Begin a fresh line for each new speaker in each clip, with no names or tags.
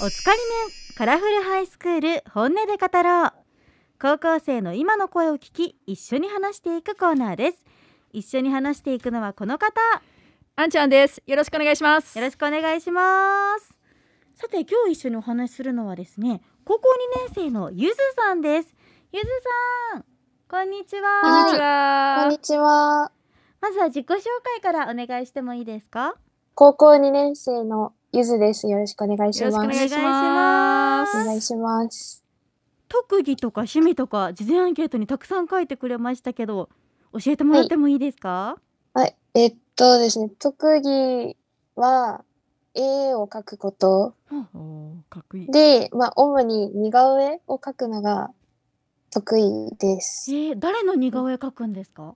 おつかりめんカラフルハイスクール本音で語ろう高校生の今の声を聞き一緒に話していくコーナーです一緒に話していくのはこの方
あんちゃんです。よろしくお願いします。
よろしくお願いしますさて今日一緒にお話しするのはですね高校2年生のゆずさんですゆずさんこんにちは
こんにち
こん
は
に。ちは。
まずは自己紹介からお願いしてもいいですか
高校2年生のゆずです。よろしくお願いします。
よ
お
ろしく
願
願いしま
お願いし
いします。
特技とか趣味とか事前アンケートにたくさん書いてくれましたけど教えてもらってもいいですか、
はい。えっとですね、特技は、絵を描くこと
おーかっこいい。
で、まあ、主に似顔絵を描くのが得意です。
えー、誰の似顔絵描くんですか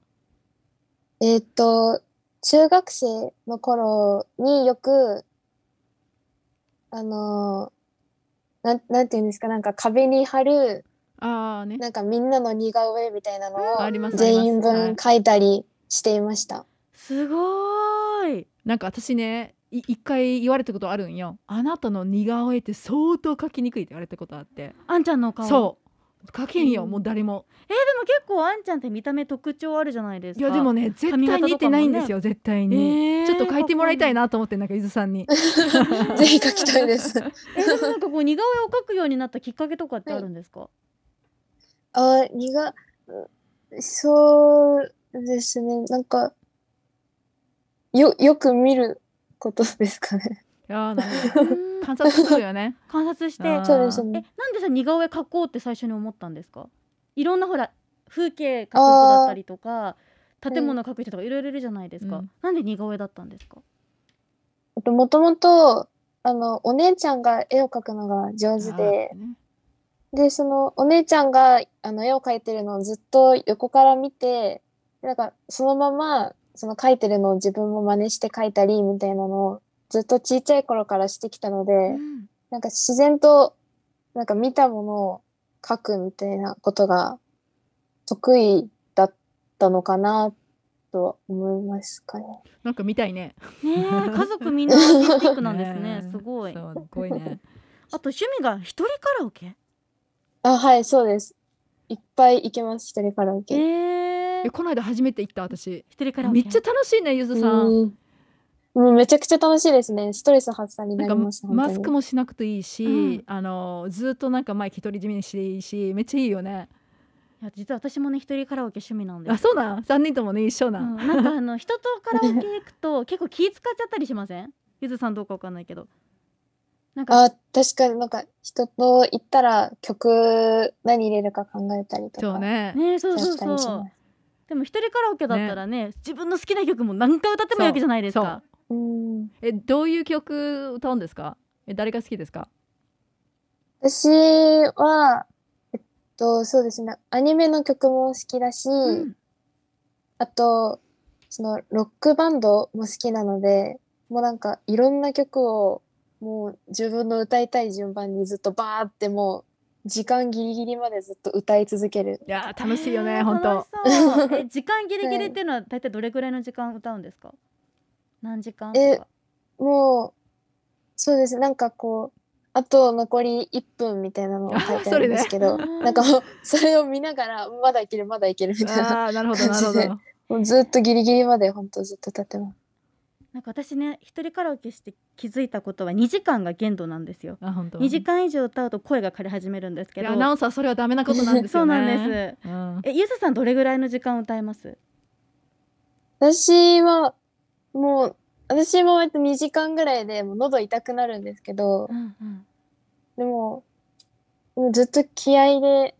えっと、中学生の頃によく、あの、なん、なんていうんですか、なんか壁に貼る、
ああね。
なんかみんなの似顔絵みたいなのを、
あります。
全員
あり
分
ます
書いたりしてい ました。
すごーい
なんか私ね、い一回言われたことあるんよ。あなたの似顔絵って相当描きにくいって言われたことあって。
あんちゃんの顔
そう。描けんよ、
うん
もう誰も。
えー、でも結構あんちゃんって見た目特徴あるじゃないです
い
か
やでもね、絶
髪型
対
とかもね
似てないんですよ、絶対に。
えー
ちょっと描いてもらいたいなと思って、なんか伊豆さんに。
ぜひ書きたい です。
えーでもなんかこう似顔絵を描くようになったきっかけとかってあるんですか、
あ、似が、うそうですね。なんか、よ、よく見ることですかね。
いやーなんか
うーん
観察する よね。
観察して
あー
そうです
え
ね。
なんでさ似顔絵描こうって最初に思ったんですかいろんなほら風景描く人だったりとか
ー
建物描く人とかいろいろいるじゃないですか、
うん
なんで似顔絵だったんですか
もともと、あの、お姉ちゃんが絵を描くのが上手で
あー、ね
で、その、お姉ちゃんが、あの、絵を描いてるのをずっと横から見て、なんか、そのまま、その描いてるのを自分も真似して描いたり、みたいなのを、ずっとちっちゃい頃からしてきたので、
うん
なんか自然と、なんか見たものを書くみたいなことが得意だったのかなと思いますかね。
なんか見たいね。
ねえ家族みんなアーティスティックなんですね
え
すごいあ
そうすごいね。
と趣味が一人カラオケ
あ、はい、そうです。いっぱい行けます、一人カラオ
え
ケ。
え
えこの間初めて行った私。
一人カラオケ
めっちゃ楽しいねゆずさん。
うんもうめちゃくちゃ楽しいですね。ストレス発散に
な
なんり
か
ます、本
マ
当
ス
に
クもしなくていいし、
うん
あのずっとなんかマイク取り締めにしていいしめっちゃいいよね
いや実は私もね一人カラオケ趣味なんで
あ
す
そうなん3人ともね一緒な、
うんんなんかあの人とカラオケ行くと結構気使っちゃったりしませ んゆずさんどうかわかんないけどなんか
あ、確かになんか人と行ったら曲何入れるか考えたりとか。
そうね
ねえそう
や
そう
ったりし
そう
ます。
でも一人カラオケだったらね自分の好きな曲も何回歌ってもいいわけじゃないです
そう
か
うん。
えどういう曲歌うんですかえ誰が好きですか
私は、えっと、そうですね、アニメの曲も好きだし、
うん
あと、その、ロックバンドも好きなので、もうなんか、いろんな曲を、もう自分の歌いたい順番にずっとバーってもう、時間ギリギリまでずっと歌い続ける。
いやー楽しいよね
えー
本当
楽し そうえ時間ギリギリっていうのは大体どれぐらいの時間歌うんですか何時間と
え
か
もう、そうです、なんかこう、あと残り1分みたいなのを書いてあるんですけど、
それね
なんかもう、それを見ながら、まだいける、まだいけるみたいな。
あーなるほどなるほ
感じで
ど
もうずっとギリギリまで本当ずっと立ってます。
なんか私ね一人カラオケして気づいたことは2時間が限度なんですよ
あ本当
2時間以上歌うと声が枯れ始めるんですけ
い
ど
やアナウンサーそれはダメなことなんです
そう
よね、
なんです
うん、
すえゆずさんどれぐらいの時間歌えます
私はもう私も割と2時間ぐらいでもう喉痛くなるんですけど
うんうん
でももうずっと気合で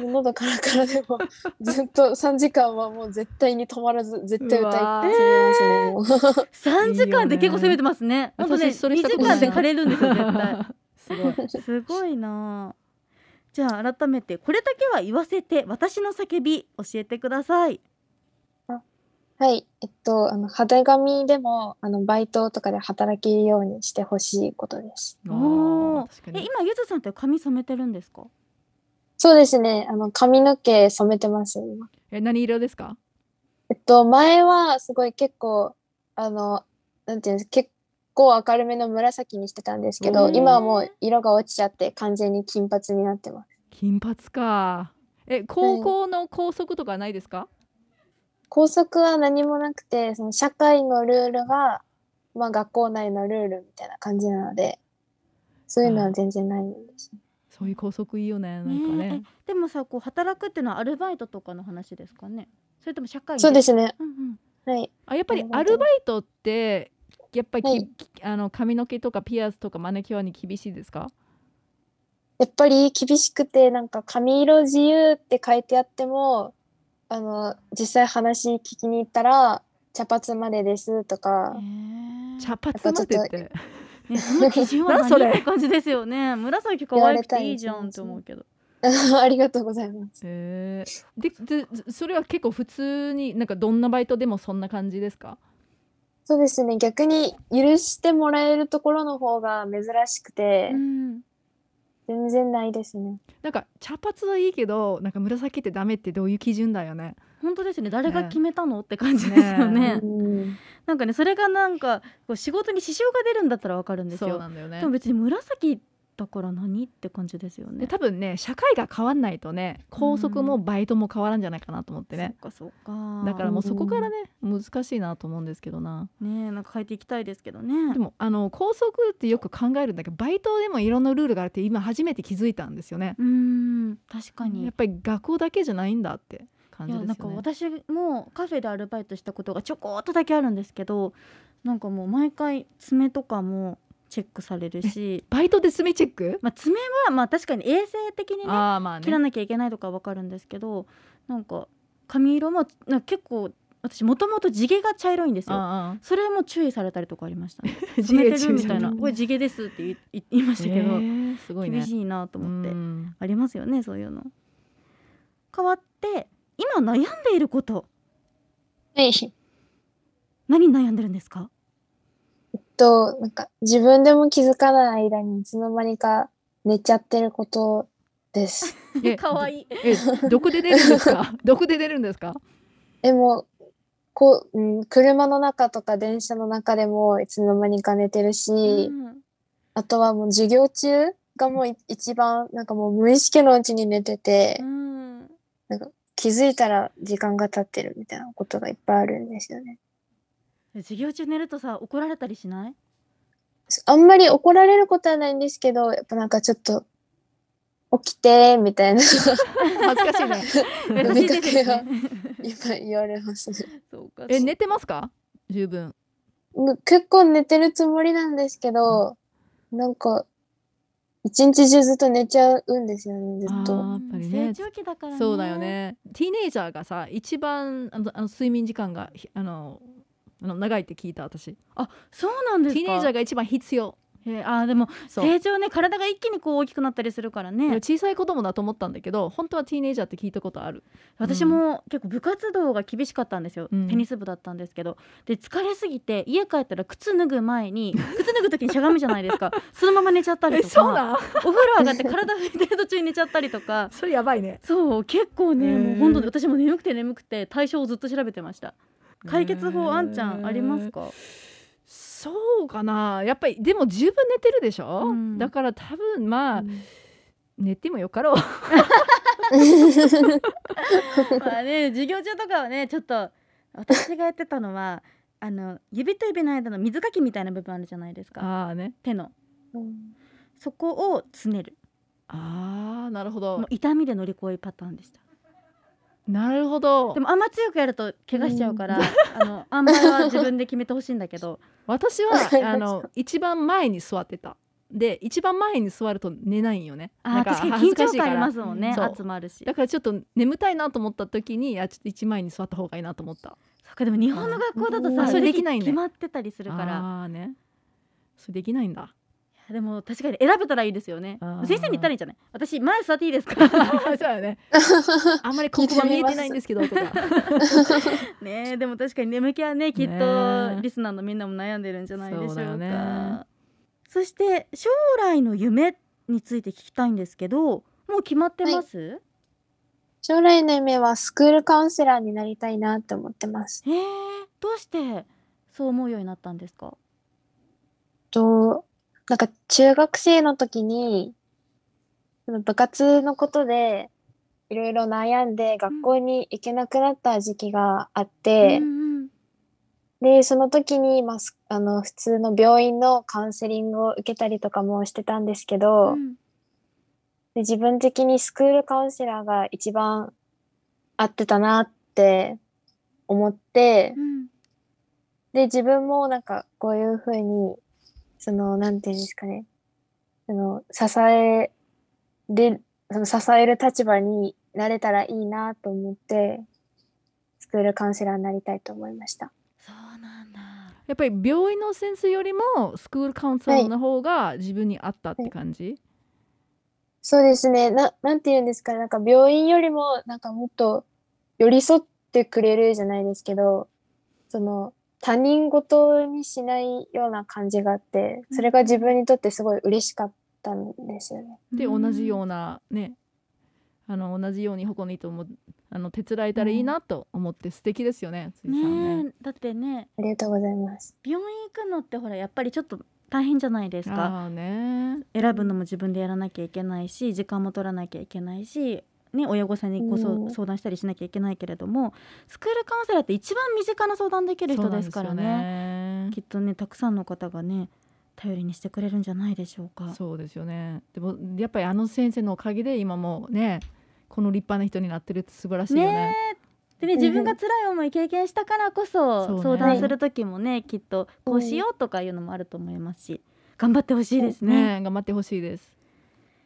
もう喉からからでも ずっと3時間はもう絶対に止まらず絶対歌い切りますねもう
3時間って結構攻めてますね
いい
本当
よね
ね
私それし
2
た
時
こと
な
間
い
で枯れるんですよ絶対
すご
す
い
ごいなあじゃあ改めてこれだけは言わせて私の叫び教えてください
はいえっとあの肌髪でもあのバイトとかで働けるようにしてほしいことです
お
あー
ー
確か
え
に
今ゆずさんって髪染めてるんですか
そうですねあの髪の毛染めてます今
え何色ですか
えっと、前はすごい結構、あの、なんていうんです結
う
ど
ん
今はもう色が落ちちゃって完全に金髪になってます
金髪かえ高校の校則とかないですか、
校則は何もなくてその社会のルールが、まあ、学校内のルールみたいな感じなのでそういうのは全然ないんです、
そういう校則いいよねなんかね
ねえでもさこう働くっていうのはアルバイトとかの話ですかねそれとも社会、
そうですすね
うんうん、
はい
あやっぱり
なる
アル
ほど
バイトってやっぱりき、
はい
きあの髪の毛とかピアスとかマネキュアに厳しいですか
やっぱり厳しくてなんか髪色自由って書いてあってもあの実際話聞きに行ったら茶髪までですとか、
茶髪まで
や
っ
っぱち
て
ね、その基準は
何そ
何っ
れ
て感じですよ ね紫可愛くていいじゃんって思うけど
ありがとうございます
えーでずずそれは結構普通になんかどんなバイトでもそんな感じですか
そうですね逆に許してもらえるところの方が珍しくて、
うん
全然ないですね
なんか茶髪はいいけどなんか紫ってダメってどういう基準だよね
本当ですね誰が決めたの、って感じですよね
ね
うん
なんかねそれがなんかこう仕事に支障が出るんだったらわかるんです
そう
よ
なんだよね
でも別に紫だから何って感じですよね
で多分ね社会が変わんないとね校則もバイトも変わらんじゃないかなと思ってね、
そっかそっか
だからもうそこからね難しいなと思うんですけどな
ねえなんか変えていきたいですけどね
でもあの校則ってよく考えるんだけどバイトでもいろんなルールがあるって今初めて気づいたんですよね。
うーん確かに
やっぱり学校だけじゃないんだって感
い
じ
や
で
なん
す
か
よね。
私もカフェでアルバイトしたことがちょこっとだけあるんですけどなんかもう毎回爪とかもチェックされるし、
バイトで爪チェック？
まあ、爪はまあ確かに衛生的にね
ああまあ
切ら
ね。
なきゃいけないとかわかるんですけどなんか髪色もなんか結構私もともと地毛が茶色いんですよ
あ
それも注意されたりとかありま したね
あ
染めてるみたいな「
え
これ地毛です」って言い言いましたけど、
ーすごいね。
厳しいなと思って
うん
ありますよねそういうの。変わって今悩んでいること
はい
何に悩んでるんですか
となんか自分でも気づかない間にいつの間にか寝ちゃってることです。
え
可愛い
えどこで出るんですか？ どこで出るんですか？
でもこう、うん、車の中とか電車の中でもいつの間にか寝てるし、
うん
あとはもう授業中がもうい一番なんかもう無意識のうちに寝てて、
うん
気づいたら時間が経ってるみたいなことがいっぱいあるんですよね。
授業中寝るとさ怒られたりし ない
あんまり怒られることはないんですけどやっぱなんかちょっと起きてみたいな
恥ずかしいね。
優しいですよね
今言われますね。
そうか
え寝てますか？十分。
む結構寝てるつもりなんですけど、なんか、一日中ずっと寝ちゃうんですよね、ずっ
あ
と。
ーやっぱりね
成長期だからね
そうだよね。ティーネイジャーがさ一番あのあの睡眠時間がひあのあの長いって聞いた私。
あそうなんです
テ
か
ィーネイジャーが一番必要
えーあーでも
そう
成長ね体が一気にこう大きくなったりするからね
小さい子供だと思ったんだけど本当はティーネイジャーって聞いたことある
私も結構部活動が厳しかったんですよ、
うん
テニス部だったんですけどで疲れすぎて家帰ったら靴脱ぐ前 に靴脱ぐ時にしゃがむじゃないですかそのまま寝ちゃったりとか
ん
お風呂上がって体拭いてる途中に寝ちゃったりとか
それやばいね
そう結構ね、
へー
もう本当に私も眠くて眠くて対象をずっと調べてました解決法あんちゃんあります か、
そうかなやっぱりでも十分寝てるでしょ、
うん
だから多分まあ、寝てもよかろう
まあね授業中とかはねちょっと私がやってたのはあの指と指の間の水かきみたいな部分あるじゃないですか
ああね
手の
うん
そこをつねる
ああなるほど
もう痛みで乗り越えるパターンでした
なるほど
でもあんま強くやると怪我しちゃうから、あのあんまりは自分で決めてほしいんだけ ど
私
わかりまし
は
た
あの一番前に座ってたで一番前に座ると寝ないんよね
あー
なん
確かに
恥ず
緊張
しい
感ありますすもんね
そう
圧もあるし
だからちょっと眠たいなと思った時にあちょっと一前に座った方がいいなと思った
そっかでも日本の学校だと
あ
さ
ー
それできないね
決まってたりするから
ああねそれできない んだ
でも確かに選べたらいいですよね
あー
先生に言ったらいいんじゃない私前座っていいです か
そうだ ねあんまりここが見えてないんですけどとか
ねえでも確かに眠気はねきっ
ね
と
え
リスナーのみんなも悩んでるんじゃないでしょう
そう
か
だよね
そして将来の夢について聞きたいんですけどもう決まってます、
将来の夢はスクールカウンセラーになりたいなって思ってます。
へえどうしてそう思うようになったんですか
と、なんか中学生の時に、その部活のことで、いろいろ悩んで学校に行けなくなった時期があって、
うん
で、その時に、まあ、すあの、普通の病院のカウンセリングを受けたりとかもしてたんですけ
う
ど、
ん
で自分的にスクールカウンセラーが一番合ってたなって思って
う、ん
で、自分もなんかこういうふうに、その、なんていうんですかね、その、支える、その支える立場になれたらいいなと思って、スクールカウンセラーになりたいと思いました。
そうなんだ
やっぱり病院の先生よりもスクールカウンセラーの方が自分に合ったって感じ、
そうですね、な、なんていうんですかね、なんか病院よりも、なんかもっと寄り添ってくれるじゃないですけど、その、他人事にしないような感じがあって、それが自分にとってすごい嬉しかったんですよね。
で同じよ
う
うなねあの同じように誇りともあの手伝えたらいいなと思って素敵ですよね、辻さんね
ねえだってね
ありがとうございます。
病院行くのってほらやっぱりちょっと大変じゃないですか
ああね
選ぶのも自分でやらなきゃいけないし時間も取らなきゃいけないし、ね、親御さんにご相
うん
相談したりしなきゃいけないけれどもスクールカウンセラーって一番身近な相談できる人ですから
そう
ね
なんですよね
きっとねたくさんの方がね頼りにしてくれるんじゃないでしょうか。
そうですよねでもやっぱりあの先生のおかげで今もうねこの立派な人になってるって素晴らしいよね
ねえでね
うん
自分が辛い思い経験したからこそ
そうね
相談する時もねきっとこうしようとかいうのもあると思いますし頑張ってほしいですね。
ねえ頑張ってほしいです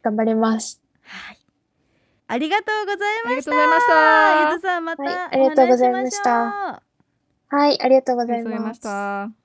頑張ります。
はいありがとうござ
あ
いま
りが
した
とうございました
ゆずさんまたお
は
話しし
い
ましょう、
ありがとうございましたはい、ありがとうご
あ
ざ
りがと
いう
ございま
ま
し
す。
た